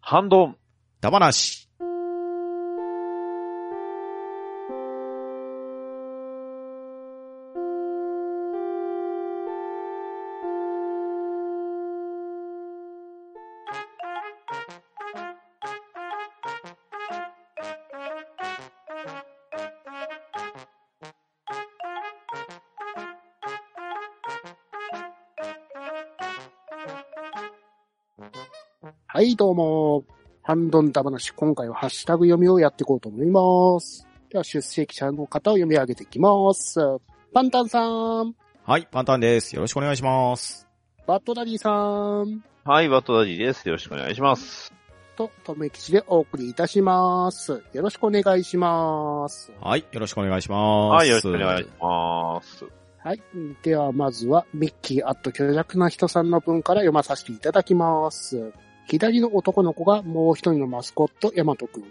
ハンドン。ダマなし。はい、どうも。ハンドンダ話、今回はハッシュタグ読みをやっていこうと思います。では、出席者の方を読み上げていきます。パンタンさん、はい、パンタンです。よろしくお願いします。バットダディさん、はい、ワットダディです。よろしくお願いします。と、とめきちでお送りいたします。よろしくお願いします。はい、よろしくお願いしまはす。い、よろしくお願いします。はい。では、まずは、ミッキーアット巨弱な人さんの文から読まさせていただきます。左の男の子がもう一人のマスコット、ヤマトくん。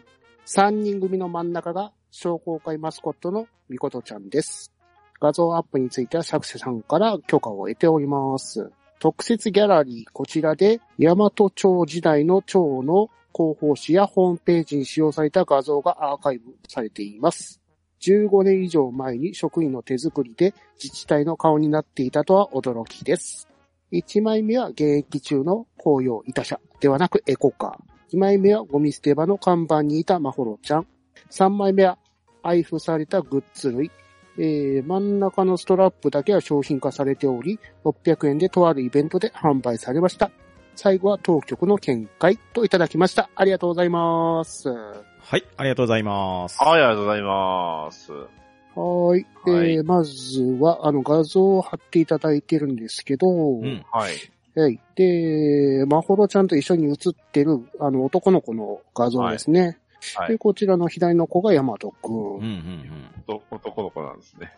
三人組の真ん中が商工会マスコットのミコトちゃんです。画像アップについては作者さんから許可を得ております。特設ギャラリー、こちらで、大和町時代の町の広報誌やホームページに使用された画像がアーカイブされています。15年以上前に職員の手作りで自治体の顔になっていたとは驚きです。1枚目は現役中の紅葉いた社ではなくエコカー。2枚目はゴミ捨て場の看板にいたまほろちゃん。3枚目は配布されたグッズ類。えー、真ん中のストラップだけは商品化されており、600円でとあるイベントで販売されました。最後は当局の見解といただきました。ありがとうございます。はい、ありがとうございます。はい、ありがとうございます。はーい。えーはいまずは、あの、画像を貼っていただいてるんですけど、うん。はい。はい。で、まほろちゃんと一緒に写ってる、あの、男の子の画像ですね。はいはいで、こちらの左の子がヤマトくうんうんん。うん。お男の子なんですね。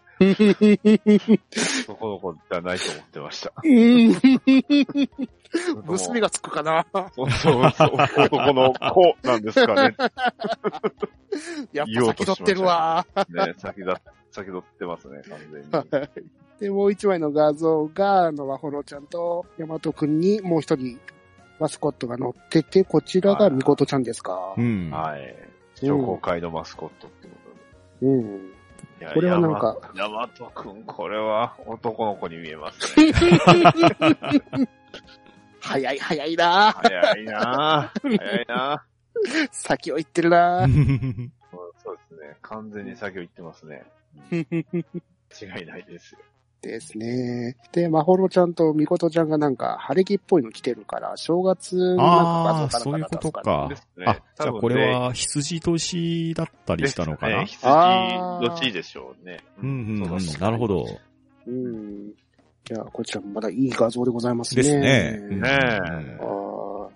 男の子じゃないと思ってました。 娘が。がつく かなそうそうそう。男の子なんですかね。やっ言ぱおう先としました取ってるわ。ね先だ、先取ってますね、完全に。で、もう一枚の画像が、あの、まほろちゃんとヤマトくんにもう一人、マスコットが乗ってて、こちらがミコトちゃんですかう。ん。はい。商工会のマスコットってことで。 うん。いやこれはなんか。ヤマトくん、これは男の子に見えますね。早い早いな早いなぁ。早いな先を行ってる ぁ。なそうそうですね。完全に先を行ってますね。違いないですよ。ですね。で、まほろちゃんとみことちゃんがなんか、晴れ着っぽいの着てるから、正月のあなん あ、か画像そういうことなかんです。ねあ、じゃ多あ分ねこれは羊年だったりしたのかなで。すかね、羊、どっちでしょうね。うんうんそうだんし。なるほど。うん。じゃあ、こちらもまだいい画像でございますね。ですね。うんねえあー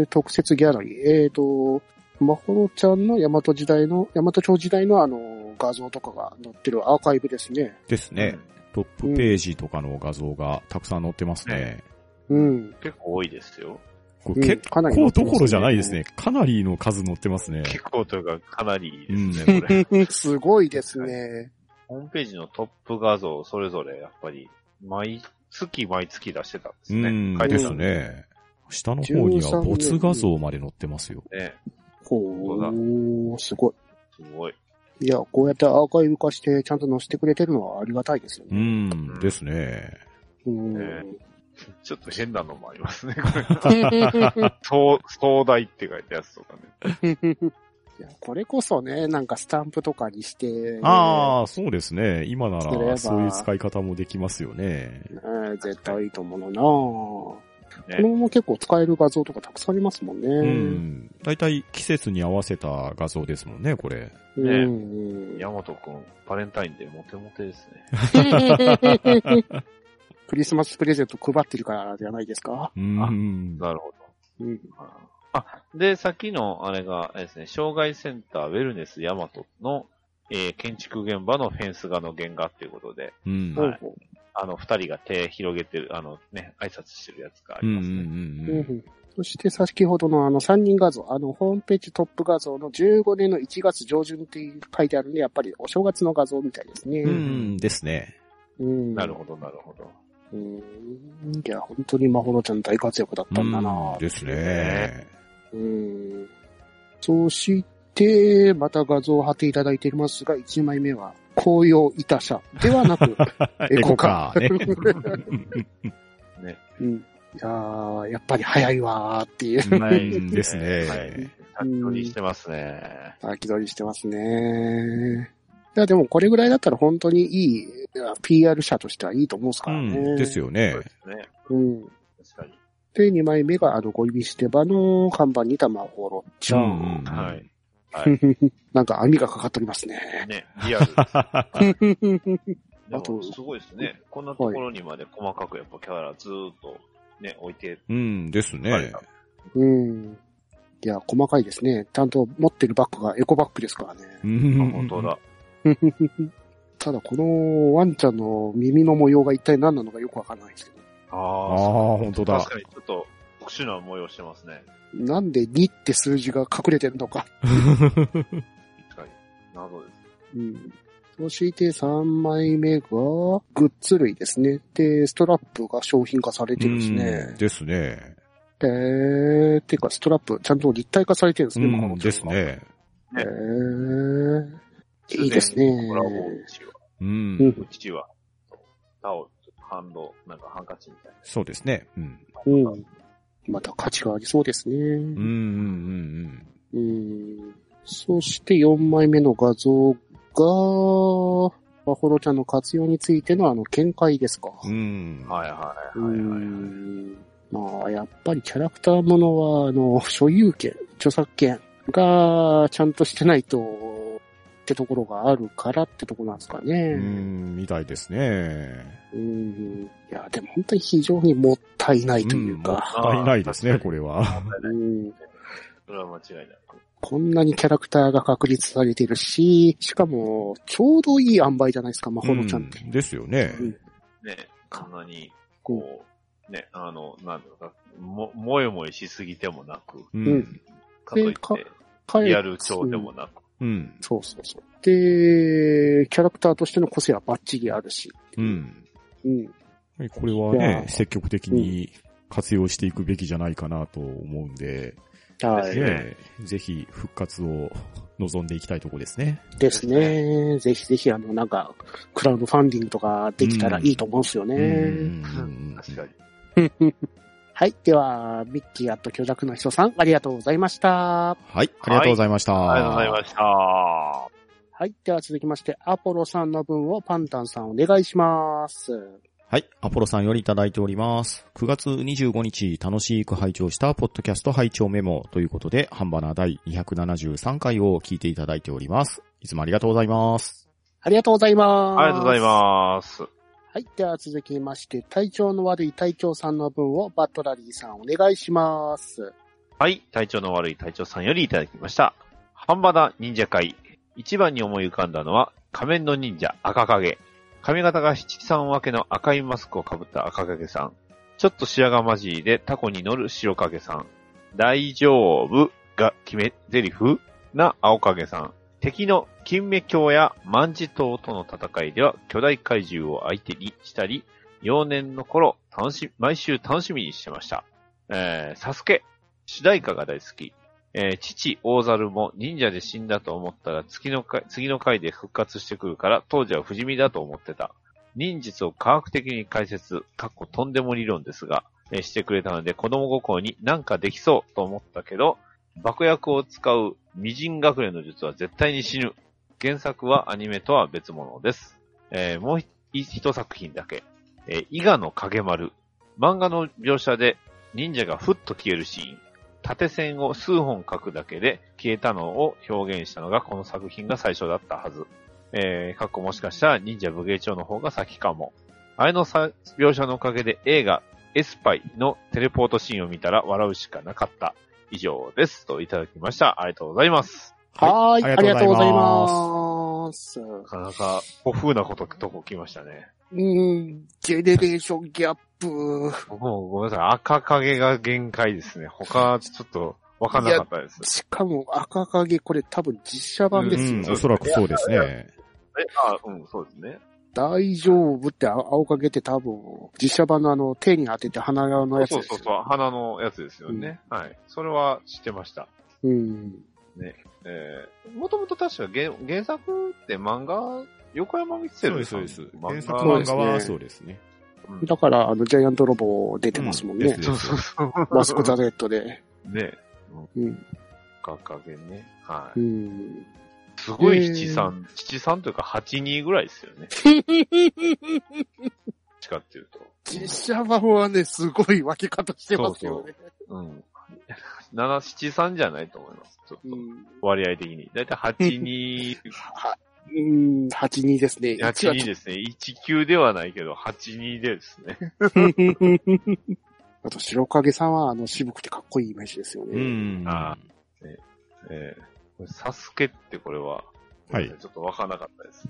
で、特設ギャラリー。えっ、と、まほろちゃんの大和時代の、大和町時代のあの、画像とかが載ってるアーカイブですね。ですね。トップページとかの画像がたくさん載ってますね。うん。結構多いですよ。こうんれ結かなり載構ってどますねころじゃないですね。かなりの数載ってますね。結構というか、かなりですね、これ。 すごいですね。ホームページのトップ画像、それぞれ、やっぱり、毎月毎月出してたんですうね。ん、書いてでたすんね。下の方には没画像まで載ってますよ。ね。ほう、すごい。すごい。いや、こうやってアーカイブ化してちゃんと載せてくれてるのはありがたいですようね。ん、ですね。うん。ねちょっと変なのもありますね、これ。壮壮大って書いたやつとかね。 いやこれこそね、なんかスタンプとかにして、ああ、そうですね。今な作ればら、そういう使い方もできますよね。うん絶対いいと思うのなこねのまま結構使える画像とかたくさんありますもんね。ううんん。だいたい季節に合わせた画像ですもんね、これ。ね うんヤマトくん、バレンタインでモテモテですね。 クリスマスプレゼント配ってるからじゃないですか。うん。なるほど。うんあ、で、さっきのあれが、あれですね、障害センターウェルネスヤマトの、えー建築現場のフェンス画の原画っていうことで、うん。ほはいうほあの、二人が手広げてる、あのね、挨拶してるやつがあうりんますね。ううんそして先ほどのあの3人画像、あのホームページトップ画像の15年の1月上旬って書いてあるんで、やっぱりお正月の画像みたいですね。うんうん。うん、ですね。うんなるほど、なるほど。うーん。いや、本当にまほろちゃん大活躍だったんだなうんですね。うん。そして、また画像を貼っていただいていますが、1枚目は、紅葉いた社ではな く、エコカエコうん、いやーやっぱり早いわーっていう、カーね。うんですはいね。。先取りしてますね。先取りしてますね。いや、でもこれぐらいだったら本当にいい、いや PR 社としてはいいと思うんですうからね。ん、ですよねそう。ですね。うん。確かで、2枚目が、あの、ゴイビステバの看板に玉ほろちゃ。うんんに。 はい。なんか網がかかっておりますね。ね、リアル。 はいであとも、すごいですね。こんなところにまで細かくやっぱキャラずーっとね、置いて。うん、ですね。うん。いや、細かいですね。ちゃんと持ってるバッグがエコバッグですからね。あ、本本当。だ。ただ、このワンちゃんの耳の模様が一体何なのかよくわからないですけど。あああ、あ、本当だ確。かにちょっと特殊な模様してますね。なんで2って数字が隠れてるのか。確かに。謎です。うん。そして3枚目が、グッズ類ですね。で、ストラップが商品化されてるんですうんね。ですね。えー、てか、ストラップ、ちゃんと立体化されてるんですうね、ん、誠ちゃでんすが。ね。えー、いいですね。コラボ、うちは。ううんん、うちは、タオル、ハンド、なんかハンカチみたいな。そうですね。うん。うん。また価値がありそうですね。うん、うん、うん。そして4枚目の画像が、まほろちゃんの活用についてのあの見解ですか。うん。うん。はいはいはいはうい。ん。まあ、やっぱりキャラクターものは、あの、所有権、著作権がちゃんとしてないと、ってところがあるからってとこなんですかうね。ん、みたいですね。うん。いや、でも本当に非常にもったいないというか、うんもったいないですあね、ーこれは。うん、それは間違いない。こんなにキャラクターが確立されてるし、しかも、ちょうどいい塩梅じゃないですか、まほろちゃんって。うですよね。ね、こんなに、こう、ね、あの、なんだろうか、も、もえもえしすぎてもなく、ううんん。かといっかて、彼リアル調でもなく、うん。そうそうそう。で、キャラクターとしての個性はバッチリあるし。うん。うん。これはいやね、ー積極的に活用していくべきじゃないかなと思うんで、はですねい。ねぜひ復活を望んでいきたいとこですね。ですね。ぜひぜひ、あの、なんか、クラウドファンディングとかできたらいいと思うんですよね。うんうんうん確かに。はい。では、ミッキーアット巨弱の人さん、ありがとうございました。はい、ありがとうございました。ありがとうございました。はい。では続きまして、アポロさんの分をパンタンさんお願いします。はい。アポロさんよりいただいております。9月25日、楽しく拝聴したポッドキャスト拝聴メモということで、ハンバナ第273回を聞いていただいております。いつもありがとうございます。ありがとうございます。ありがとうございます。はい。では続きまして、体調の悪い隊長さんの分をバットラリーさんお願いします。はい、体調の悪い隊長さんよりいただきました。ハンバナ忍者会。一番に思い浮かんだのは、仮面の忍者赤影。髪型が七三分けの赤いマスクをかぶった赤影さん。ちょっと白髪混じりでタコに乗る白影さん。大丈夫が決め台詞な青影さん。敵の金目鏡や万事島との戦いでは巨大怪獣を相手にしたり、幼年の頃、楽し、毎週楽しみにしてました。えー、サスケ、主題歌が大好き。えー父、大猿も忍者で死んだと思ったら次の回、次の回で復活してくるから、当時は不死身だと思ってた。忍術を科学的に解説、かっことんでも理論ですが、えーしてくれたので子供心になんかできそうと思ったけど、爆薬を使う未人隠れの術は絶対に死ぬ。原作はアニメとは別物です。えーもう一一作品だけ。えー伊賀の影丸。漫画の描写で忍者がふっと消えるシーン。縦線を数本書くだけで消えたのを表現したのがこの作品が最初だったはず。えー、かっこもしかしたら忍者武芸長の方が先かも。あれのさ描写のおかげで映画エスパイのテレポートシーンを見たら笑うしかなかった。以上です。といただきました。ありがとうございます。ははいい。あありりががととうごうござざいいまます。なかなか古風なこと、とこ来ましたね。うん、ジェネレーションギャップ。僕もごめんなさい。赤影が限界ですね。他、ちょっと、わかんなかったです。しかも赤影、これ多分実写版ですうよ。んおそらくそうですね。え、あ、うん、そうですね。大丈夫って、あ青かげって多分、実写版のあの、手に当てて鼻のやつそでうすそようそう、鼻のやつですよね。はい。それは知ってました。うん。えー、もともと確か原原作って漫画、横山光そう輝です、さそうんです。の原漫作画漫画はそそうですね。うんだから、あの、ジャイアントロボ出てますもんうんねです。そうそうそう。マスクザ・レッドで。ね。うん。ガカゲね。はうい。ん。すごい七三、七三というか八二ぐらいですよね。 どっちかっていうと。実写版はね、すごい分け方してますよね。うん。七七三じゃないと思います。ちょっうと。ん割合的に。だいたい八二、 うん、82ですね。八二ですね。一九ではないけど、八二でですね。あと、白影さんは、あの、渋くてかっこいいイメージですようね。ん。あえーこれサスケってこれは、はいちょっとわからなかったです。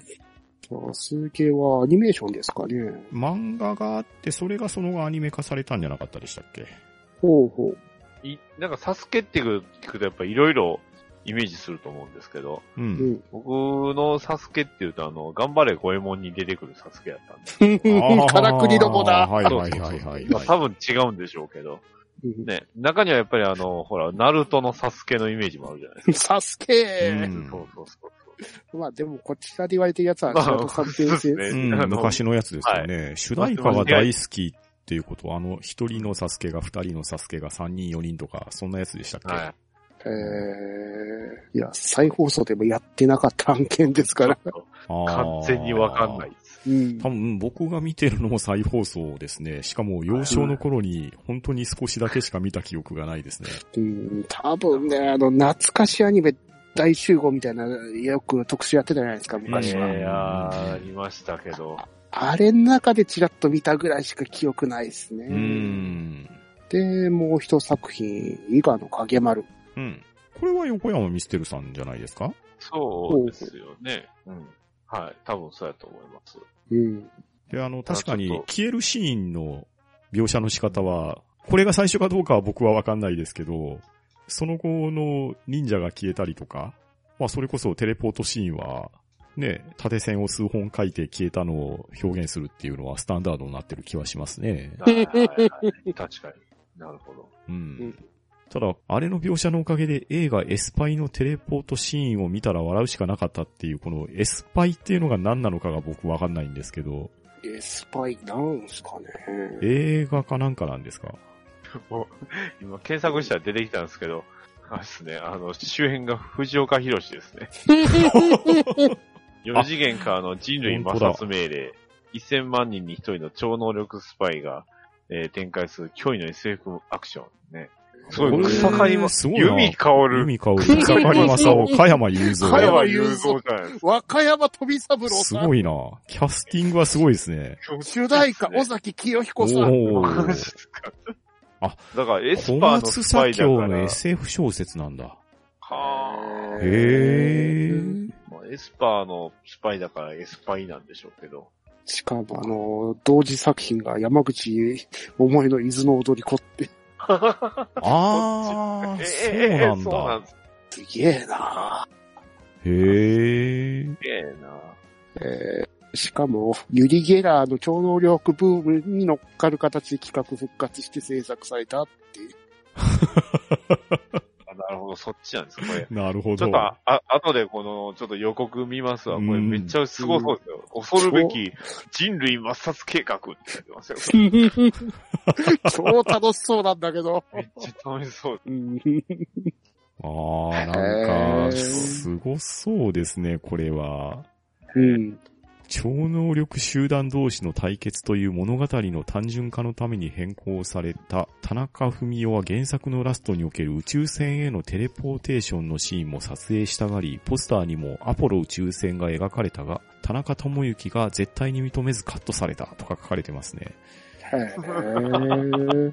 そうすげえはアニメーションですかね。漫画があって、それがその後アニメ化されたんじゃなかったでしたっけほうほう。いなんかサスケって聞くとやっぱいろいろイメージすると思うんですけど、う。うんん。僕のサスケっていうとあの、頑張れ五右衛門に出てくるサスケやったんで、あー からくりどもだ。はいはいはいはいまあ多は分違うんでしょうけど、うんね、中にはやっぱりあの、ほら、ナルトのサスケのイメージもあるじゃないですか。 サスうケんそうそうそうそう。まあでも、こちらで言われてるやつは、まあちゃんとサブ先生。い。そうう あのん、昔のやつですよね。主題歌が大好きっていうことは、あの、一人のサスケが二人のサスケが三人四人とか、そんなやつでしたっけ、はい。えー、いや、再放送でもやってなかった案件ですから。ちょっあとー完全にわかんない。です。うん多。分僕が見てるのも再放送ですね。しかも幼少の頃に本当に少しだけしか見た記憶がないですね。うん、多分ね、あの、懐かしアニメ大集合みたいな、よく特集やってたじゃないですか、昔は。うんいやー、ありましたけど。あれの中でちらっと見たぐらいしか記憶ないですね。うん。で、もう一作品、伊賀の影丸。うん。これは横山ミステルさんじゃないですかそうですよね。うん。はい。多分そうやと思います。うん。で、あの、確かちょにっと消えるシーンの描写の仕方は、これが最初かどうかは僕はわかんないですけど、その後の忍者が消えたりとか、まあそれこそテレポートシーンは、ね、縦線を数本書いて消えたのを表現するっていうのはスタンダードになってる気はしますね。はいはいはい。確かに。なるほど。ううんん。ただ、あれの描写のおかげで映画エスパイのテレポートシーンを見たら笑うしかなかったっていう、このエスパイっていうのが何なのかが僕わかんないんですけど、エスパイなんすかね。 映画かなんかなんですか今、検索したら出てきたんですけど、あれですね、あの、主演が藤岡弘ですね。4次元からの人類本抹当だ殺命令、1000万人に1人の超能力スパイが、えー展開する脅威の SF アクションね。すごこい、れ草刈りえもーすご、いな弓香る、海香織、 草刈正雄、加山雄加三。山雄三じゃないですか。和歌山飛三郎すさん。ごいなキャスティングはすごいですね。主題歌、尾崎清お彦さん。おマジー。っすかあ、だからエス小パーの松スパ左イだか京らの。SF 小説なん だ。はあへー。まあエスパーのスパイだからエスパイなんでしょうけど。しかも、あの、同時作品が山口思いの伊豆の踊り子って、あー、そうなんそうなだん。すすげえなへー。げえな。えーしかも、ユリ・ゲラーの超能力ブームに乗っかる形で企画復活して制作され た。あなるほど、そっちなんです、これ。なるほちど。ょっと、あ、後でこの、ちょっと予告見ますわ。これうんめっちゃすごそうですよ。恐るべき人類抹殺計画って言ってますよ。超楽しそうなんだけど。めっちゃ楽しそう。うんああ、へなんーか、すごそうですね、これは。うん。超能力集団同士の対決という物語の単純化のために変更された田中文夫は原作のラストにおける宇宙船へのテレポーテーションのシーンも撮影したがり、ポスターにもアポロ宇宙船が描かれたが、田中智之が絶対に認めずカットされたとか書かれてますね。へ ー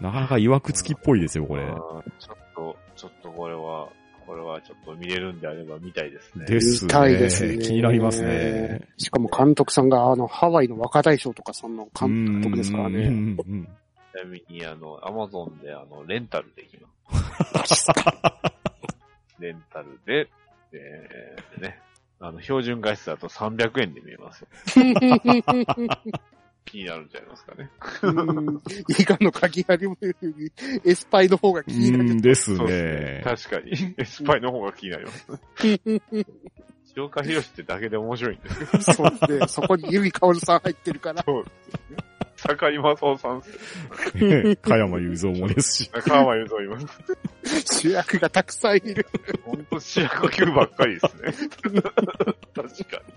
なかなか曰くつきっぽいですよ、これあ。ーちょっと、ちょっとこれは、これはちょっと見れるんであれば見たいですね。です見ね。たいですね。気になりますね。。しかも監督さんが、あの、ハワイの若大将とかそんな監督ですからうんね。うんうんちなみに、あの、アマゾンで、あの、レンタルでき ます。レンタルで、えー、ね、あの、標準画質だと300円で見えますよ。 気になるんじゃないですかね。うん以下の鍵ありもより、エスパイの方が気になる。んですそうね。確かに。エスパイの方が気になります。塩川博士ってだけで面白いんですけど。そうで、そこにゆりかおるさん入ってるから。そうですね。坂井正夫さんっすよ。加山雄三もですし。中浜雄三います。主役がたくさんいる。ほんと主役級ばっかりですね。確かに。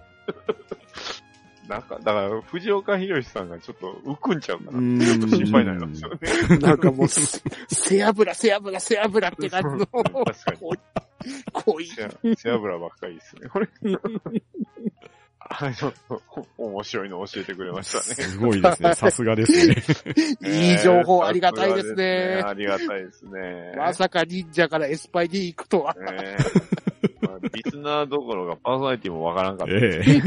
なんか、だから、藤岡弘さんがちょっと浮くんちゃうかな。ちょっと心配になりますよね。なんかもう、せ背脂、背脂、背脂って感じの。確かに。濃い。 背背脂ばっかりですね、これ。あの、面白いの教えてくれましたね。すごいですね。さすがですね。 いい情報ありがたいですね。ありがたいですね。まさか忍者からエスパイに行くとは。ねえまあリスナーどころかパーソナリティもわからんかった。ええ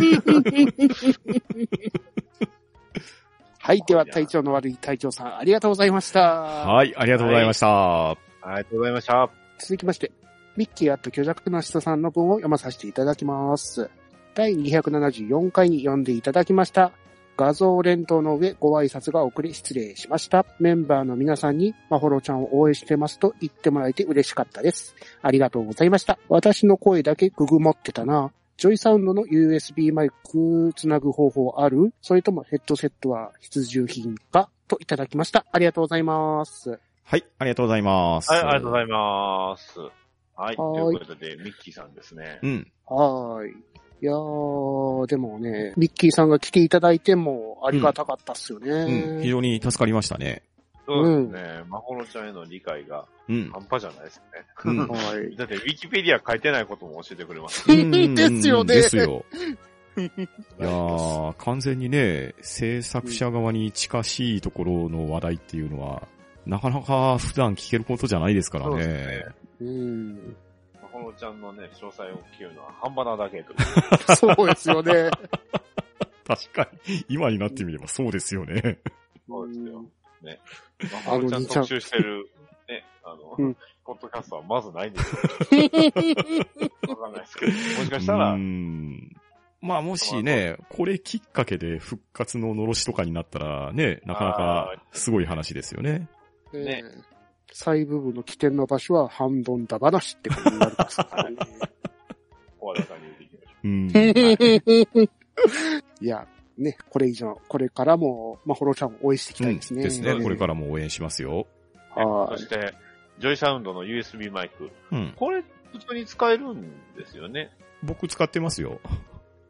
はい、では体調の悪い隊長さん、ありがとうございました。はい、ありがとうございました。ありがとうございました。続きまして、ミッキーアット巨弱の下さんの文を読まさせていただきます。第274回に読んでいただきました。画像連投の上、ご挨拶が遅れ失礼しました。メンバーの皆さんに、まほろちゃんを応援してますと言ってもらえて嬉しかったです。ありがとうございました。私の声だけググ持ってたな。ジョイサウンドの USB マイクつなぐ方法あるそれともヘッドセットは必需品かといただきました。ありがとうございます。はい、ありがとうございます。はい、ありがとうごいざいます。はい、ということで、ミッキーさんですね。ます。はーい。いやー、でもね、ミッキーさんが来ていただいてもありがたかったっすよね。うん、うん、非常に助かりましたね。そうですね。まほろちゃんへの理解がうん。半端じゃないですうねん。はい。 だって、ウィキペディア書いてないことも教えてくれます。うんですよね です よ。いやー、完全にね、制作者側に近しいところの話題っていうのは、なかなか普段聞けることじゃないですからそうでね。うん。まほろちゃんのね、詳細を聞くのは半端なだけと。そうですよね。確かに、今になってみればそうですよね。そうですよ。ま あほのろちゃん特集してる、ね、あの、うんポッドキャストはまずないんです よ。わかんないですけど。もしかしたらう、んまあもしね、これきっかけで復活ののろしとかになったらね、なかなあーかすごい話ですよね。ねええ細部部の起点の場所は半ドンだ話ってことになりますからね。小田さんに言っていきましょう。うん。 いや、ね、これ以上、これからも、まほろちゃんを応援していきたいですね。。うんですね。これかららも応援しますよ。はそい。して、ジョイサウンドの USB マイク。うん。これ、普通に使えるんですよね。僕使ってますよ。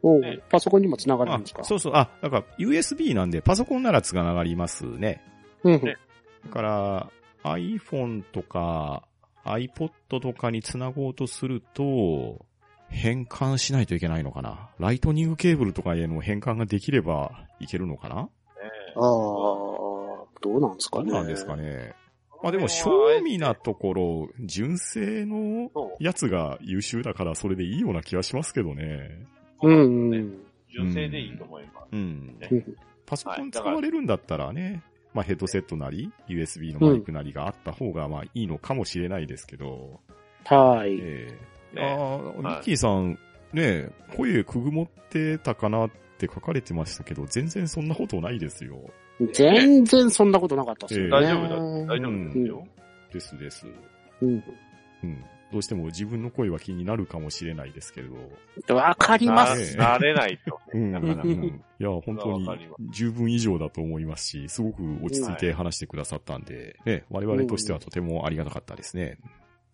おうねパソコンにも繋がるあんですかそうそう。あ、だから USB なんでパソコンならつながりますね。うんねだから iPhone とか iPod とかにつなごうとすると、変換しないといけないのかな。ライトニングケーブルとかへの変換ができればいけるのかなねああ、どうなんですかどうね。なんですかね。まあでも、正味なところ、純正のそうやつが優秀だからそれでいいような気がしますけどね。うん、うねん。純正でいいと思います。うんねパソコはンい使だからわれるんだったらね、まあヘッドセットなり、USB のマイクなりがあった方がまあいいのかもしれないですけど、はい。ええねああ、ミッキーさん、ね、声くぐもってたかなって書かれてましたけど、全然そんなことないですよ。全然そんなことなかったっすよね。ええ大丈夫だ、大丈夫ですよ。ですです。うんうん。どうしても自分の声は気になるかもしれないですけれど、わかりまなす。す慣れないと。うんなかなか。いや、本当にわかりま十分以上だと思いますし、すごく落ち着いて話してくださったんで、ね、我々としてはとてもありがたかったですね。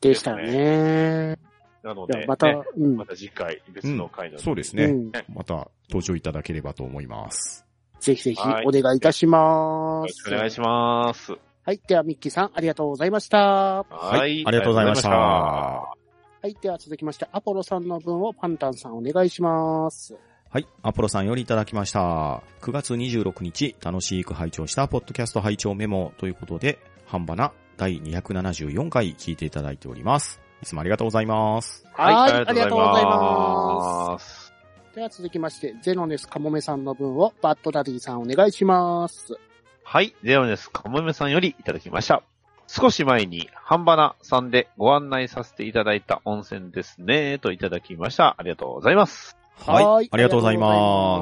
でしたね。なのいで、やまた、ねうん。また次回、別の回の、そうですうね。んねまた登場いただければと思います。ぜひぜひはいお願いいたしよまろしす。くお願いします。はい。では、ミッキーさん、ありがとうございました。はいありがとうございました。あははい。では、続きまして、アポロさんの分をパンタンさんお願いします。い、アポロさんよりいただきました。9月26日、楽しく拝聴したポッドキャスト拝聴メモということで、半ばな第274回聞いていただいております。いつもありがとうございます。りがとうございました。。はい。ありがとうございますす。では、続きまして、ゼノネスカモメさんの分をバッドダディさんお願いします。はい、ゼロです。かもめさんよりいただきました。少し前に、半ばなさんでご案内させていただいた温泉ですね、といただきました。ありがとうございます。はいあありりががとうとごうござざいいま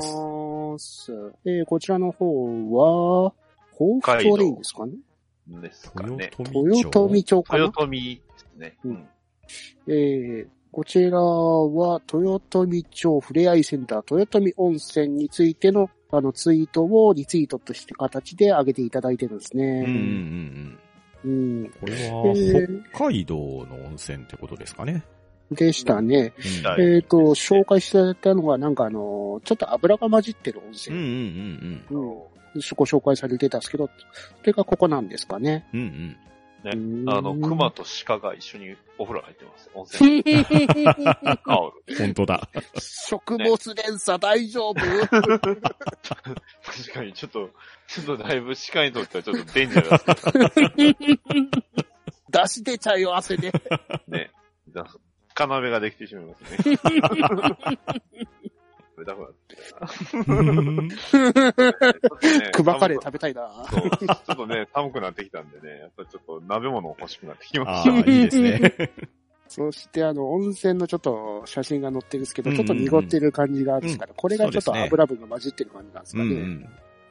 ますす。えーこちらの方は、豊福町でいいんですかねですかね。豊豊富町かな豊臣ですね。うん。えーこちらは、豊富町ふれあいセンター、豊富温泉についての、あの、ツイートをリツイートとして形で上げていただいてるんですうんうんうんね。うん。うん。これえはー、北海道の温泉ってことですかね。でしたね。はういえっ、と、紹介していただいたのが、なんかあの、ちょっと油が混じってる温んうんう泉。んうん。ご紹介されてたんですけど、それがここなんですかね。うん。うんうん。ねうんあの、熊と鹿が一緒にお風呂入ってます。温 泉食タオル。本当 だ。物連鎖大丈夫 確かに、ちょっと、ちょっとだいぶ鹿にとってはちょっとデンジャラスです出し出ちゃうよ、汗で。ね。だ鹿鍋ができてしまい ますね。食べたくなってきうんたね熊カレー食べたいな。そうちょっとね、寒くなってきたんでね、やっぱりちょっと鍋物欲しくなってきましあた。あ、いいですね。そして、あの、温泉のちょっと写真が載ってるんですけうど、んうんちょうっんと濁ってる感じがあるんですから、これがちょっそうとですね油分が混じってる感じなんでうすかんうね。ん。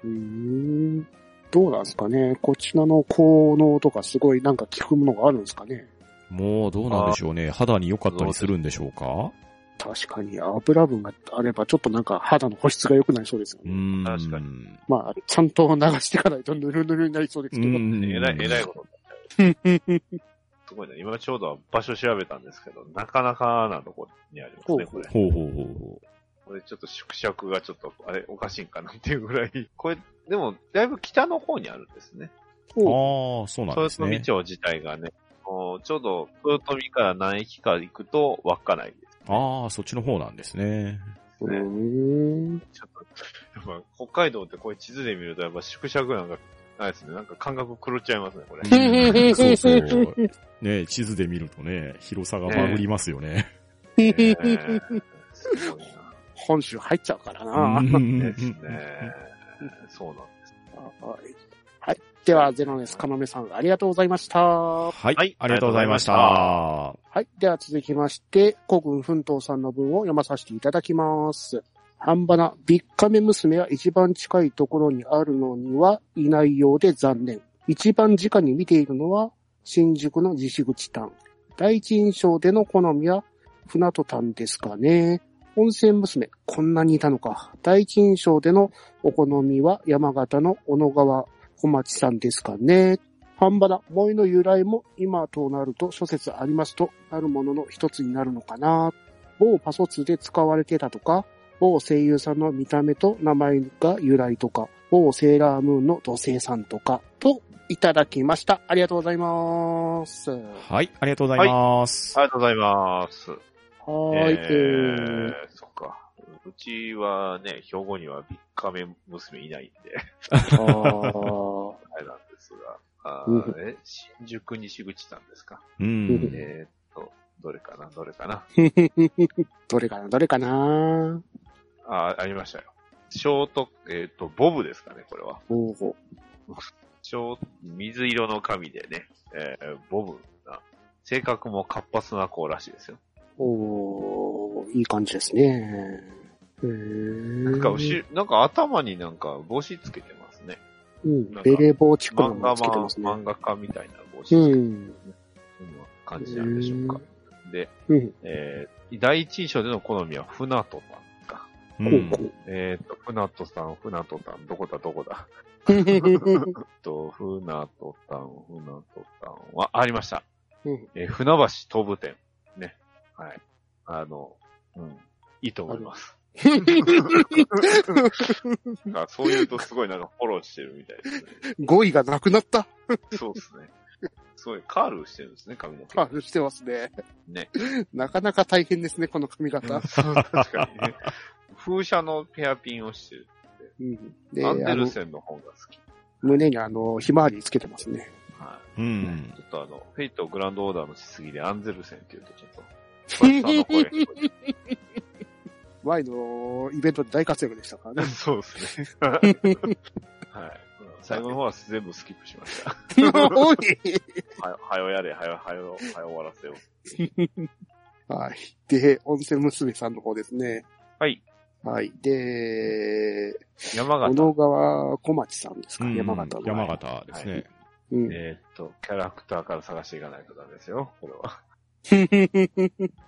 うーん。どうなんですかねこちらの効能とかすごいなんか効くものがあるんですかねもうどうなんでしょうね。肌に良かったりするんでしょうか確かに油分があればちょっとなんか肌の保湿が良くなりそうですようね。ん。確かに。まあ、ちゃんと流していかないとぬるぬるになりそうですけど。えらい、えらいい。こと。うんすごいね。今ちょうど場所調べたんですけど、なかなかなとこにありますほうね、ほこうれ。ほうほうほうほこれちょっと縮尺がちょっと、あれ、おかしいんかなっていうぐらい。これ、でも、だいぶ北の方にあるんですね。う。あほうあ、そうなんで豊すね臣。町自体がね、こうちょうど豊臣から何駅か行くと稚内ですああ、そっちの方なんですね。うね。ーんちょっと、やっぱ北海道ってこういう地図で見ると、やっぱ縮尺なんか、ないですね。なんか感覚狂っちゃいますね、 これ。うんそうそう。ね地図で見るとね、広さがバグりますよね。えーすごいな。本州入っちゃうからうな。んうんうですねん。そうなんはい。はい。では、ゼロネス、かまめさん、ありがとうございました。は。ははいい、ありがとうございました。あはいでは、続きまして、古軍奮闘さんの文を読まさせていただきます。半ばな、ビッカメ娘は一番近いところにあるのにはいないようで残念。一番直に見ているのは、新宿の西口丹。第一印象での好みは、船戸丹ですかね。温泉娘、こんなにいたのか。第一印象でのお好みは、山形の小野川小町さんですかね。半ばな、萌えの由来も今となると諸説ありますとなるものの一つになるのかな。某パソ2で使われてたとか、某声優さんの見た目と名前が由来とか、某セーラームーンの土星さんとか、といただきました。ありがとうございます。ははい、ありがとうございます。ありがとうございます。ーい。ええーー、そっか。うちはね、兵庫にはビッカメ娘いないんで、あーあれなんですが。あうーんえ新宿西口なんですか。うん。えーっと、どれかな、どれかな。どれかな、どれかな。あー、ありましたよ。ショート、えーっと、ボブですかね、これは。おーショー水色の髪でね、えーボブな。性格も活発な子らしいですよ。おーいい感じですね。へーなんか、後ろなんか頭になんか帽子つけてますね。うんなんか、ベレー帽チックの漫画もつけてマンますね。漫画家みたいな帽子、ううん、ん。感じなんでしょうか。で、うん。えー、第一印象での好みは船戸さんか。うんこうこう。えっ、と、船戸さん、船戸さん、どこだどこだ。えっと、船戸さん、船戸さんは、あありました。うんえー船橋東武店。ね。はい。あの、うん。いいと思います。なんかそういうとすごいなんかフォローしてるみたいですね。語彙がなくなった。そうですね。すごいカールしてるんですね、髪の毛。あしてますね。ね。なかなか大変ですね、この髪型。そう 確かにね。風車のペアピンをしてる。うん、で、アンデあルのセンの方が好き。胸にあの、ひまわりつけてますね。はうい。んちょっとあの、フェイトグランドオーダーのしすぎでアンゼルセンって言うとちょっ と、小林さんの声が聞こえて Y のイベントで大活躍でしたからね。そうですね。はい。 うん最後の方は全部スキップしました。おいはよ、はよやれ、はよ、はよ、はよ終わらせよう。 はい。で、温泉娘さんの方ですね。はい。はい。で、山小形。野川小町さんですか、うん山形の。山形ですね。はうん。 えーっと、キャラクターから探していかないとダメですよ、これは。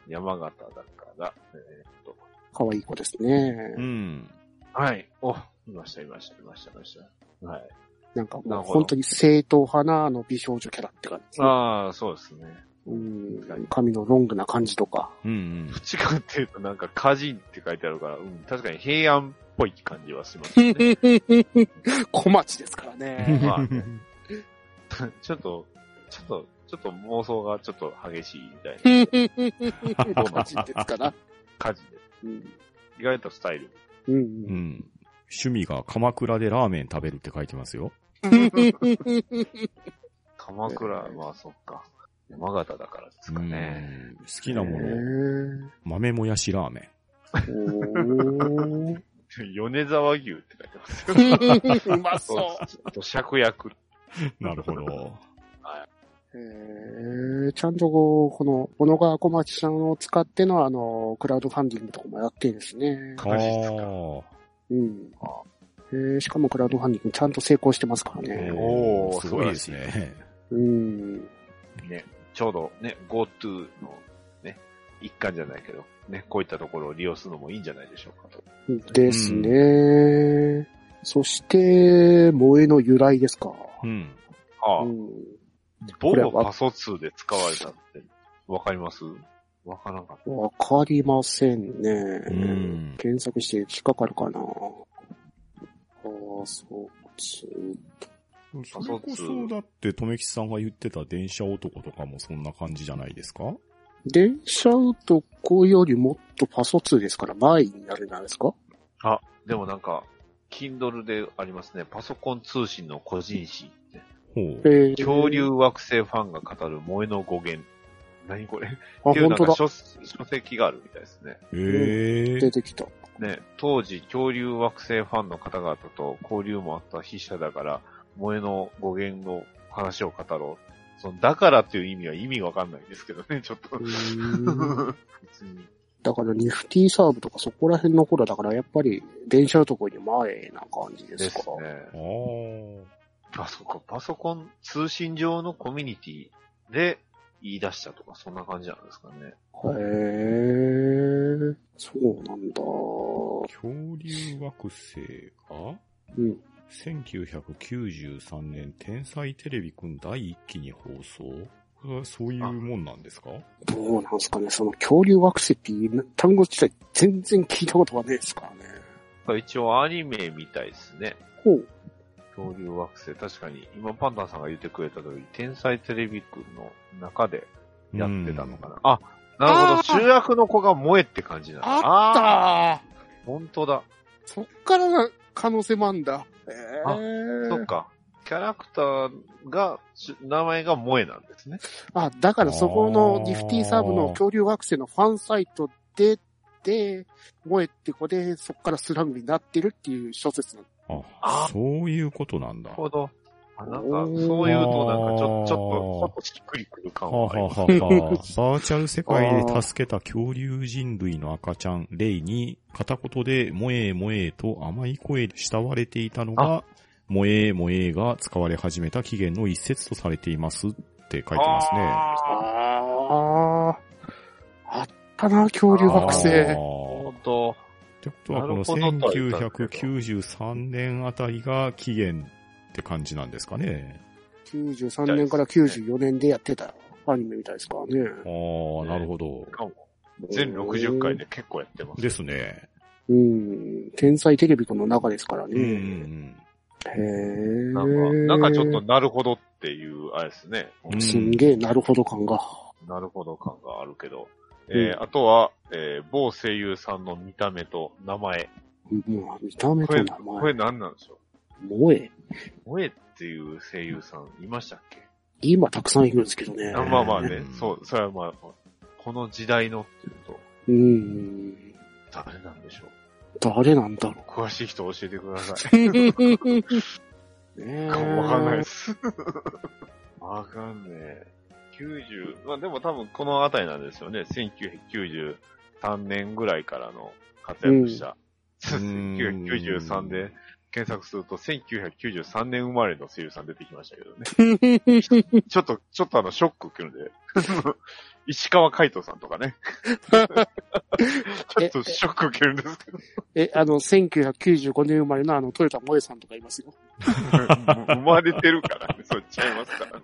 山形だから。えーっと、可愛い子ですねう。ん。はい。お、いました、いました、いました、いました。はい。なんかなるもうほど本当に正統派なあの美少女キャラって感じですね。ああ、そうですね。うん。髪のロングな感じとか。 うんうん。どっちかっていうとなんか歌人って書いてあるから、うん、確かに平安っぽい感じはしますね。 小町ですか らね。まあねちょっと、ちょっと、ちょっと妄想がちょっと激しいみたいな小町ですから。感じで。うん。意外とスタイル。うんう。うんん。趣味が鎌倉でラーメン食べるって書いてますよ。鎌倉、まあそっか。山形だからですかね。うん好きなもへの、豆もやしラーメえお 米沢牛って書いてます。ーうまそう。そう。尺薬。 ン。なるほど。えー、ちゃんとこう、この、小野川小町さんを使っての、あの、クラウドファンディングとかもやってるんですね。マジっすかおうん。えー、しかもクラウドファンディングちゃんと成功してますからね。おーすごいですね。うん。ね、ちょうどね、GoTo のね、一環じゃないけど、ね、こういったところを利用するのもいいんじゃないでしょうかと。ですね。そして、萌えの由来ですか。 うん。ああ、うん。某これのはパソ2で使われたって、わかりますわからんかっわかりませんね。ん検索して引っかかるかな。ああ、そう。それこそ、だって、とめきさんが言ってた電車男とかもそんな感じじゃないですか電車男よりもっとパソ2ですから前になるんじゃないですかた。でもなんか、Kindle でありますね、パソコン通信の個人誌って、ほう。えー恐竜惑星ファンが語る萌えの語源。何これあ、っていう本なん当かだ。書書籍があるみたいですね。え出え。てきた。ね、当時恐竜惑星ファンの方々と交流もあった筆者だから、萌えの語源の話を語ろう。その、だからっていう意味は意味わかんないですけどね、ちょっとう。ーん別に。だから、ニフティサーブとかそこら辺の頃だから、やっぱり電車男より前な感じでですすか。ね。あーあ、そっか、パソコン通信上のコミュニティで言い出したとか、そんな感じなんですかね。へえ、そうなんだ。恐竜惑星が、うん。 1993年、天才テレビくん第一期に放送これはそういうもんなんですかどうなんすかね、その恐竜惑星っていう単語自体全然聞いたことがないですからね。一応アニメみたいですね。ほう。恐竜惑星。確かに、今パンダンさんが言ってくれた通り、天才テレビくんの中でやってたのかな。あ、なるほど。主役の子が萌えって感じなの。あああっー本当だ。たそっからな可能性もあんだ。えあーそっか。キャラクターが、し名前が萌えなんですね。あ、だからそこあのーニフティサーブの恐竜惑星のファンサイトで、で、萌えって子で、そこからスラムになってるっていう小説なんああそういうことなんだ。なるはほど。あなんか、おーそういうとなんかちょ、ちょっと、ちょあーっとしっくりくる感あ、ははあありますはあはあ、バーチャル世界で助けた恐竜人類の赤ちゃん、レイに、片言で、萌え萌えと甘い声で慕われていたのが、萌え萌えが使われ始めた起源の一節とされていますって書いてますね。あーああ。あったな、恐竜惑あ星。へなるーほど。ってことは、このなるほどとは言ったけど1993年あたりが期限って感じなんですかね。 93年から94年でやってたアニメみたいですからね。ああ、なるほど。しかも全60回で結構やってます。ですね。うん。天才テレビくんの中ですからね。うんうんへえ。なんか、なんかちょっと、なるほどっていう、あれですね。うんすんげえなるほど感が。なるほど感があるけど。うんえーあとは、えー某声優さんの見た目と名前。もう見た目ことれ、名これ前。何なんでしょ萌え。う萌えっていう声優さんいましたっけ、今たくさんいるんですけどね。あまあまあねうん、そう、それはまあ、この時代のっていうと、うん。誰なんでしょう誰なんだろう。詳しい人教えてくださ い。ねえ。わかんないです。 わかんねえ。90、まあでも多分このあたりなんですよね。 3年ぐらいからの活躍した。うん1993で 検索すると1993年生まれの声優さん出てきましたけどね。ちょっと、ちょっとあの、ショック受けるんで。 石川海人さんとかね。ちょっとショック受けるんですけど。え、あの、1995年生まれのあの、トヨタ萌えさんとかいますよ。生まれてるからね。そう、ちゃいますからね。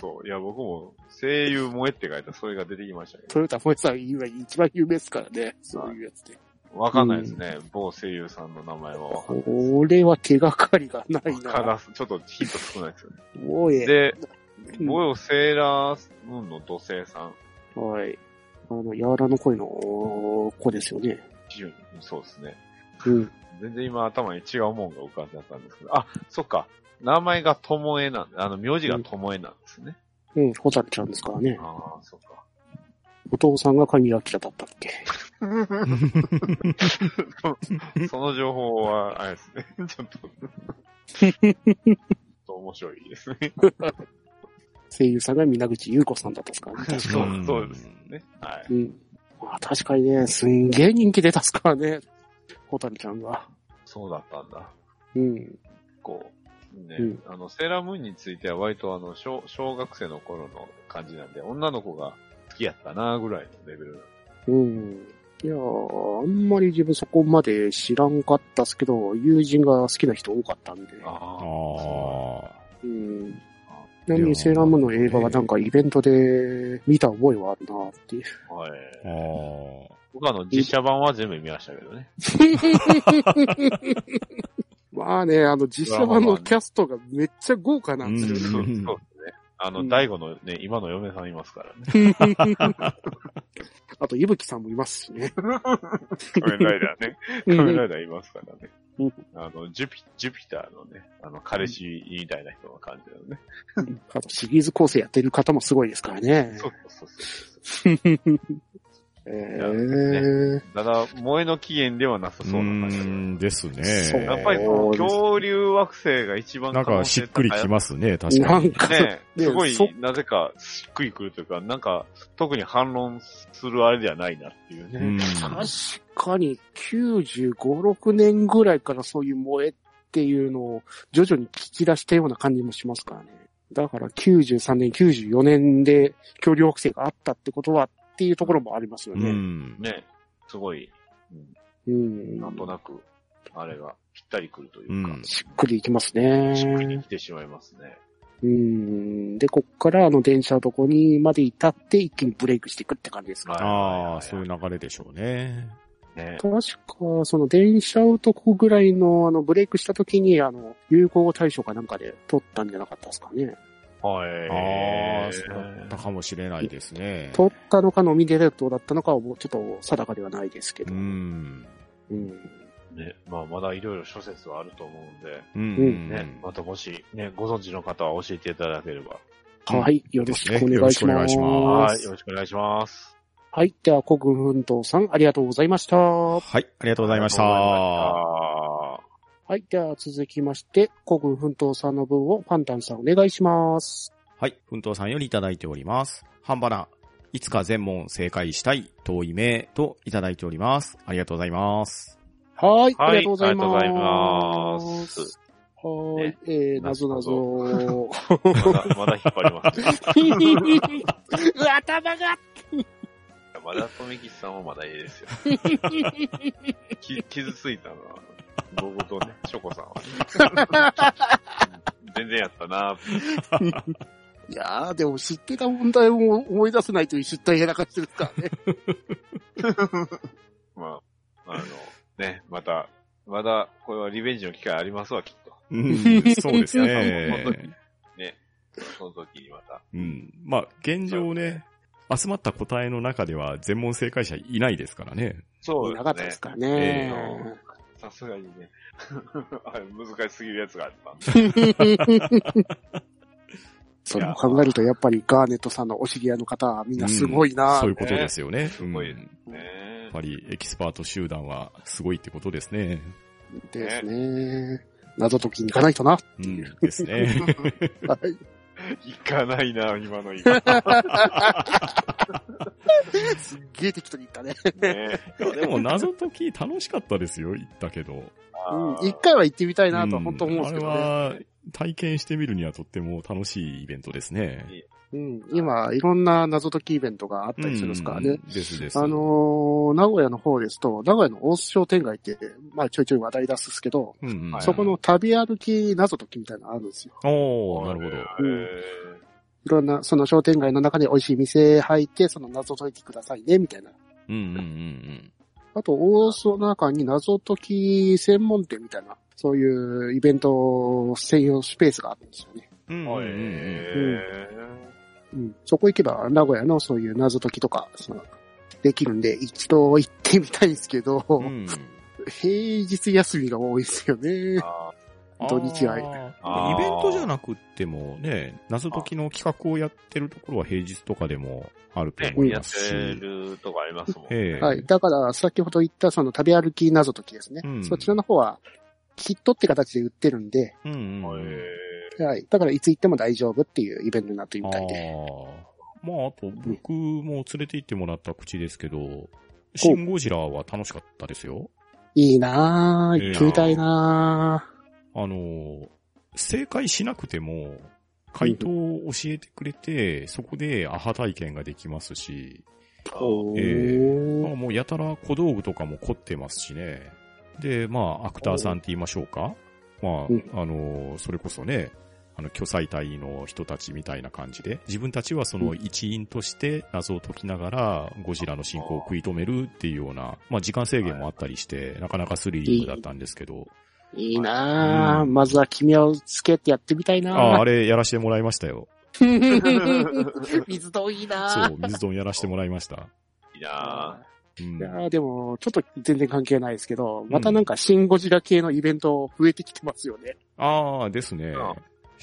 そう。いや、僕も、声優萌えって書いたらそれが出てきましたけトヨタ萌えさん今一番有名ですからね。そういうやつで。ど。わかんないですね。某声優さんの名前はわかんない。これは手がかりがないわかな。らす。ちょっとヒント少ないですよね。おえ。で、うん某セーラームーンの土星さん。はい。あの、柔らの声の子ですよね。そうですね。うん。全然今頭に違うもんが浮かんじゃったんですけど。あ、そっか。名前がともえなんあの、名字がともえなんですね。うん、ホタルちゃんですからね。ああ、そっか。お父さんが神明だったっけ。その情報は、あれですね。 ちょっと。ちょっと面白いですね。声優さんが皆口優子さんだったです からね。そううんそうですね。はい。うん。まあ確かにね、すんげえ人気出たっすからね。ホタルちゃんが。そうだったんだ。うん。こう、ね、うんあの、セーラームーンについては割とあの、小小学生の頃の感じなんで、女の子が好きやったなぐらいのレベルなんでうん。いやーあんまり自分そこまで知らんかったっすけど、友人が好きな人多かったんで。あああ。あ。うん。ちなみにセーラームーンの映画はなんかイベントで見た覚えはあるなっていう。はい。ああ。僕あの、実写版は全部見ましたけどね。まあね、あの実写版のキャストがめっちゃ豪華なんですそようね。そうですね。あうの、ん大悟のね、今の嫁さんいますから ね。あと、伊吹さんもいますしね。仮面ライダーね。仮面ライダーいますからねうん。あの、ジュピ、ジュピターのね、あの、彼氏みたいな人の感じだよね。 あと、シリーズ構成やってる方もすごいですからね。そうそうそうそうそえねう。ただ、萌えの起源ではなさそうな感じだうけどーんですね。そうやっぱりその恐竜惑星が一番なんかしっくりきますね、確なかんに。か、ねねすごいそ、なぜかしっくりくるというか、なんか特に反論するあれではないなっていううね。ん確かに95、6年ぐらいからそういう萌えっていうのを徐々に聞き出したような感じもしますからね。だから93年、94年で恐竜惑星があったってことはっていうところもありますようね。ん。ね、すごい、うんうん。なんとなく、あれがぴったりくるといううかん、。しっくりいきますね。しっくりきてしまいますね。うん。で、こっからあの電車のとこにまで至って一気にブレイクしていくって感じですか。ああ、そういうう流れでしょうね。ね。確か、その電車男ぐらいのあのブレイクした時にあの、有効対象かなんかで取ったんじゃなかったですかね。はい。ああ、そうだったかもしれないですね。取ったのかノミネートだったのかはもうちょっと定かではないですけうど。ん。うんね、まあ、まだいろいろ諸説はあると思うんで、うね、ん。またもし、ね、ご存知の方は教えていただければ。はい、よろしくお願いしよろましす。くお願は、はいよろしくお願いします。い、では、国分堂さん、ありがとうございました。ははい、ありがとうございましありがた。とい、では続きまして、国分堂さんの分をパンタンさんお願いします。はい、奮闘さんよりいただいております。ハンバナ、いつか全問正解したい、遠い名といただいております。ありがとうございます。ははい、いありがとうございます。ありがとうございますはーいね、えー、なぞなぞ。うございました。まだまだ 引っ張ります。うわ頭がまだとめきちさんはまだいい ですよ。き傷ついたのは、僕とね、しょこさん は、全然やったなぁいやー、でも知ってた問題を思い出せないという失態やらかしてるからね。まあ、あの、ね、また、まだ、これはリベンジの機会ありますわ、きっと。うん、そうです皆さんも本当ね。 ね。その時にまた。うん。まあ、現状ね、集まった答えの中では全問正解者いないですからね。そいなかったですからえね。えさすがにね。 あれ難しすぎるやつがあったんで。それを考えると、やっぱりガーネットさんのお知り合いの方はみんなすごいな、そういうことですよね。すごいうんね やっぱりエキスパート集団はすごいってことですね。ですね。謎解きに行かないとな。うん、ですね。はい 行かないなぁ今の今。 すっげえ適当に言ったね。ねいやでも謎解き楽しかったですよ、行ったけど。うんあ。ー一回は行ってみたいなとは本当思うんですけどあれね。は体験してみるにはとっても楽しいイベントですね。うん。今、いろんな謎解きイベントがあったりするんですからね。うん。ですです。あの、ー名古屋の方ですと、名古屋の大須商店街って、まあちょいちょい話題出すんですけど、うんうんはいそこの旅歩き謎解きみたいなのあるんですよ。おー、なるほど。うんいろんな、その商店街の中に美味しい店入って、その謎解いてくださいね、みたいな。うんうんうんあと、大須の中に謎解き専門店みたいな、そういうイベント専用スペースがあるんですよね。うん。うんうんはういんうん。うん。そこ行けば、名古屋のそういう謎解きとか、その、できるんで、一度行ってみたいんですけど、うん平日休みが多いですよね。あ土日はあーイベントじゃなくってもね、謎解きの企画をやってるところは平日とかでもあるとー思いやまっすし。てるとこありますもんね。ええはい。だから、先ほど言った、その、旅歩き謎解きですね。うんそちらの方は、キットって形で売ってるんで、うんうんはいはい。だから、いつ行っても大丈夫っていうイベントになってるみたいで。あーまあ、あと、僕も連れて行ってもらった口ですけど、シン・ゴジラは楽しかったですよ。いいなぁ、ええ行ってみたいなあのー、正解しなくても、回答を教えてくれて、そこでアハ体験ができますし、ぁ。おおえーまあもうやたら小道具とかも凝ってますしね。で、まあ、アクターさんって言いましょうか。まうんあ、あのー、それこそね、あの、巨彩隊の人たちみたいな感じで、自分たちはその一員として謎を解きながら、ゴジラの進行を食い止めるっていうような、まあ、時間制限もあったりして、なかなかスリリングだったんですけど、いいなぁ、うんまずは君をつけってやってみたいああー、なぁ。あれやらせてもらいましたよ。 水といいそなぁ。う、水丼やらせてもらいました。いいなうんいやーでも、ちょっと全然関係ないですけど、またなんかシンゴジラ系のイベント増えてきてますよね。ああ、ですね。ん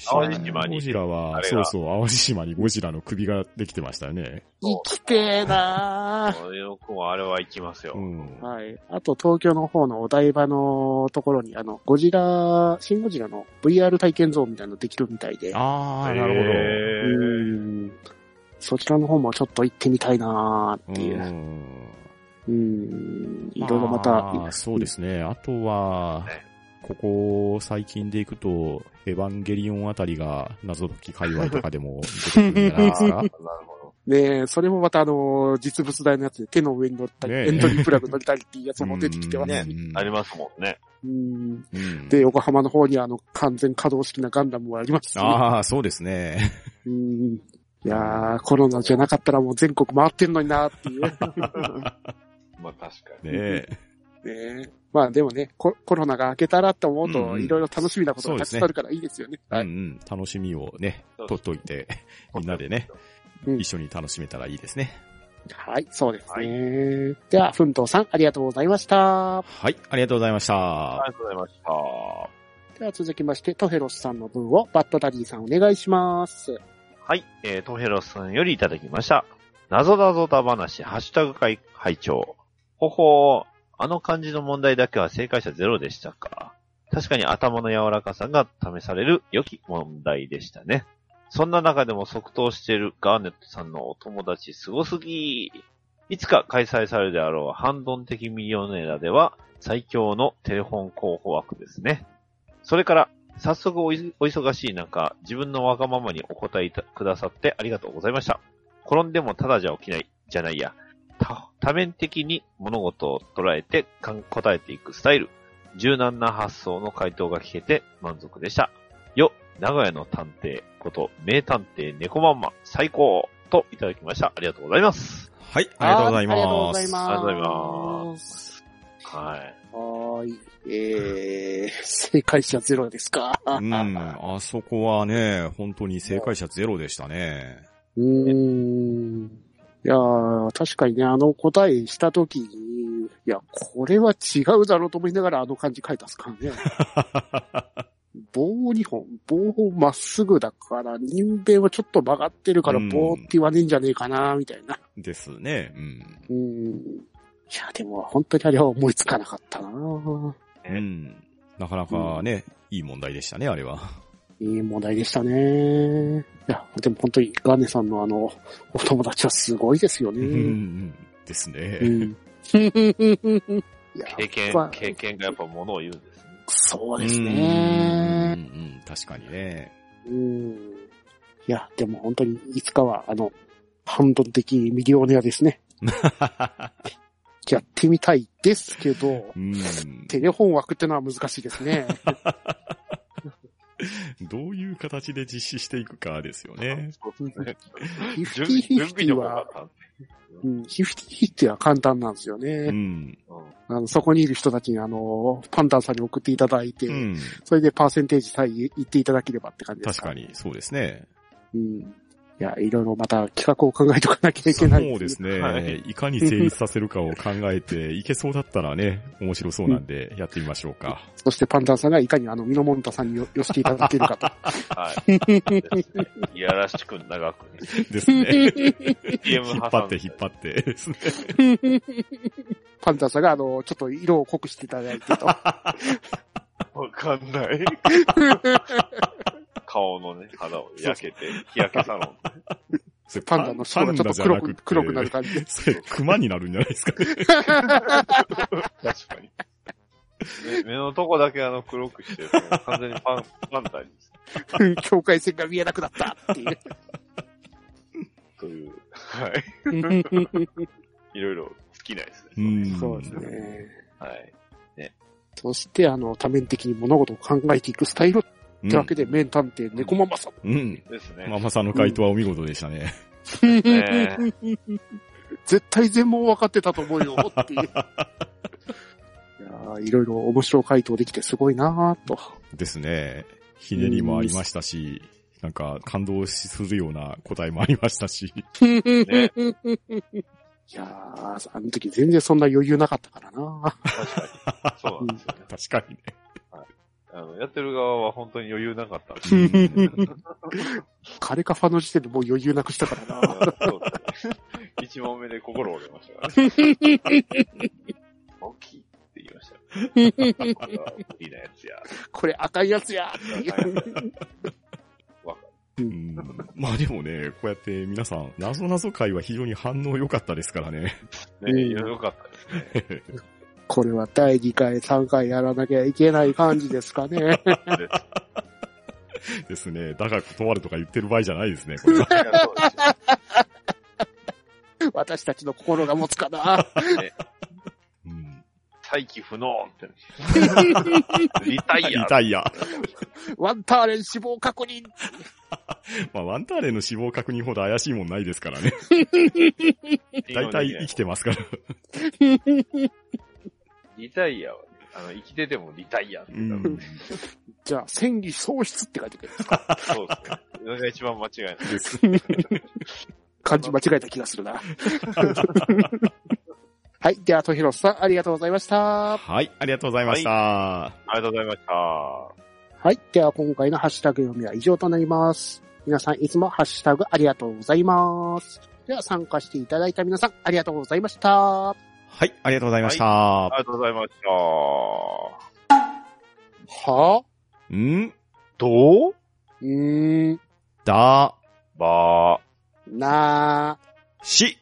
淡路島にゴジラはあ、れそうがそう、淡路島にゴジラの首ができてましたね。行きてえぁなそういう子もあれは行きますよう。んー。はい。あと、東京の方のお台場のところに、あの、ゴジラ、シンゴジラの VR 体験ゾーンみたいなのできるみたいで。ああ、へーなるうーん。そちらの方もちょっと行ってみたいなーほど。っていうう。んうーん。いろいろまた、あーそうですね。あとはね、ここ最近で行くと、エヴァンゲリオンあたりが謎解き界隈とかで も出てくるんじゃないですあーなかるほねえ、それもまたあのー実物大のやつで手の上に乗ったり、ねえエントリープラグ乗りたりっていうやつも出てきてます。ねうんど。ありますもんね。うん。うんで、横浜の方にあの、完全可動式なガンダムもありますし、ああ、そうですね。うん。いやー、コロナじゃなかったらもう全国回ってんのになーっ ていう。まあ確かに。 ねねえ。まあでもねコ、コロナが明けたらって思ううんうと、んいろいろ楽しみなことがたくさんあるからいいですよね。うんうん。楽しみをね、取っといて、みんなでね、うん一緒に楽しめたらいいですね。はい、そうですね。では、奮闘さん、ありがとうございましはた。い、ありがとうございました。ありがとうございました。はでは続きまして、トヘロスさんの分をバッドダディさんお願いします。い。えー、トヘロスさんよりいただきました。なぞなぞだ話、ハッシュタグ会、会長。ほほー。あの漢字の問題だけは正解者ゼロでしたか。確かに頭の柔らかさが試される良き問題でしたね。そんな中でも即答しているガーネットさんのお友達すごすぎいつか開催されるであろうハンドン的ミリオネラでは最強のテレフォン候補枠ですね。それから、早速おいお忙しい中、自分のわがままにお答えいたくださってありがとうございました。転んでもただじゃ起きない、じゃないや。た多面的に物事を捉えてかん答えていくスタイル。柔軟な発想の回答が聞けて満足でした。よ、名古屋の探偵こと名探偵猫まんま最高といただきました。ありがとうございます。はい、ありがとうございます。ありがとうございす。はい。はーい。えー、正解者ゼロで すか。うん、あそこはね、本当に正解者ゼロでしたね。うーん。いやー、確かにね、あの答えしたときに、いや、これは違うだろうと思いながらあの漢字書いたっす からね。棒2本、棒まっすぐだから、人弁はちょっと曲がってるからうん棒って言わねえんじゃねえかな、みたいな。 ですね。うん。うん。いや、でも本当にあれは思いつかなかったなねうんなかなかね、いい問題でしたね、あれは。いい問題でしたね。いや、でも本当にガーネさんのあの、お友達はすごいですようね。ん。ですね。うん。 いや経験やっぱ、経験がやっぱものを言うんですね。そうですうんうんね。うん。確かにね。うん。いや、でも本当にいつかはあの、ハンド的ミリオネアですね。やってみたいですけど、 うん。テレフォン枠ってのは難しいですね。どういう形で実施していくかですよね。そうですね。ヒ フ準テ備、ィヒ準フテ備ィの方がは、簡単。うん、ヒフティヒフティは簡単なんですようね。ん。あの、そこにいる人たちにあの、パンダンさんに送っていただいて、うん。それでパーセンテージさえ言っていただければって感じです確かに、そうですね。うん。いや、いろいろまた企画を考えとかなきゃいけない。そうですね、はいい。かに成立させるかを考えて、いけそうだったらね、面白そうなんで、やってみましょうか。そしてパンダンさんがいかにあの、ミノモンタさんによ寄せていただける かと。はい。ですねいやらしく長くね。ですね。 PM 引っ張挟っんてで。引っ張ってですね。パンダンさんがあの、ちょっと色を濃くしていただいてと。わかんない。 顔のね、肌を焼けて、日焼けサロン。それ パンダの白がちょっと黒く、黒くなるか感じで。それ、 熊になるんじゃないですかね。確かに。目目のとこだけあの黒くしてる、完全にパン、パンダに、境界線が見えなくなったっていう。という、はい。いろいろ好きなですうね。ん。そうです。ね。はい。そして、あの、多面的に物事を考えていくスタイルっうんてわけで、名探偵猫ママさん。うん。ですね。ママさんの回答はお見事でしたね。ね絶対全問分かってたと思うよ、って いう。いやーいろいろ面白回答できてすごいなーと。ですね。ひねりもありましたし、なんか感動するような答えもありました し。ね いやーあの時全然そんな余裕なかったからな確かに。そうなんですよね。確かにね。あの、やってる側は本当に余裕なかったんで。 カレカファの時点でもう余裕なくしたからなそうですね。 一問目で心折れましたからね。 大きいって言いましたよ。これは無理なやつ や。これ赤いやつやうんまあでもね、こうやって皆さん、謎謎会は非常に反応良かったですからね。 ね、いろいろ良かったですね。これは第2回、3回やらなきゃいけない感じですか ね。でですね。だが断るとか言ってる場合じゃないですね、こ れは。いやそうですよ私たちの心が持つか なうん、再起不能って。リタイア。痛いや。ワンターレン死亡確認まあ、ワンターレンの死亡確認ほど怪しいもんないですから ね。大体生きてますから。リタイアはね、あの、生きててもリタイアってう多分ん。じゃあ、戦議喪失って書いてくれる。そうですね。それが一番間違いない。です。漢字間違えた気がするな。 はい。では、とひろさん、ありがとうございました。はい、ありがとうございました。ありがとうございました。はい。では、今回のハッシュタグ読みは以上となります。皆さん、いつもハッシュタグありがとうございます。では、参加していただいた皆さん、ありがとうございました。はい、ありがとうございました。ありがとうございました。はんどううーん、だばなー。し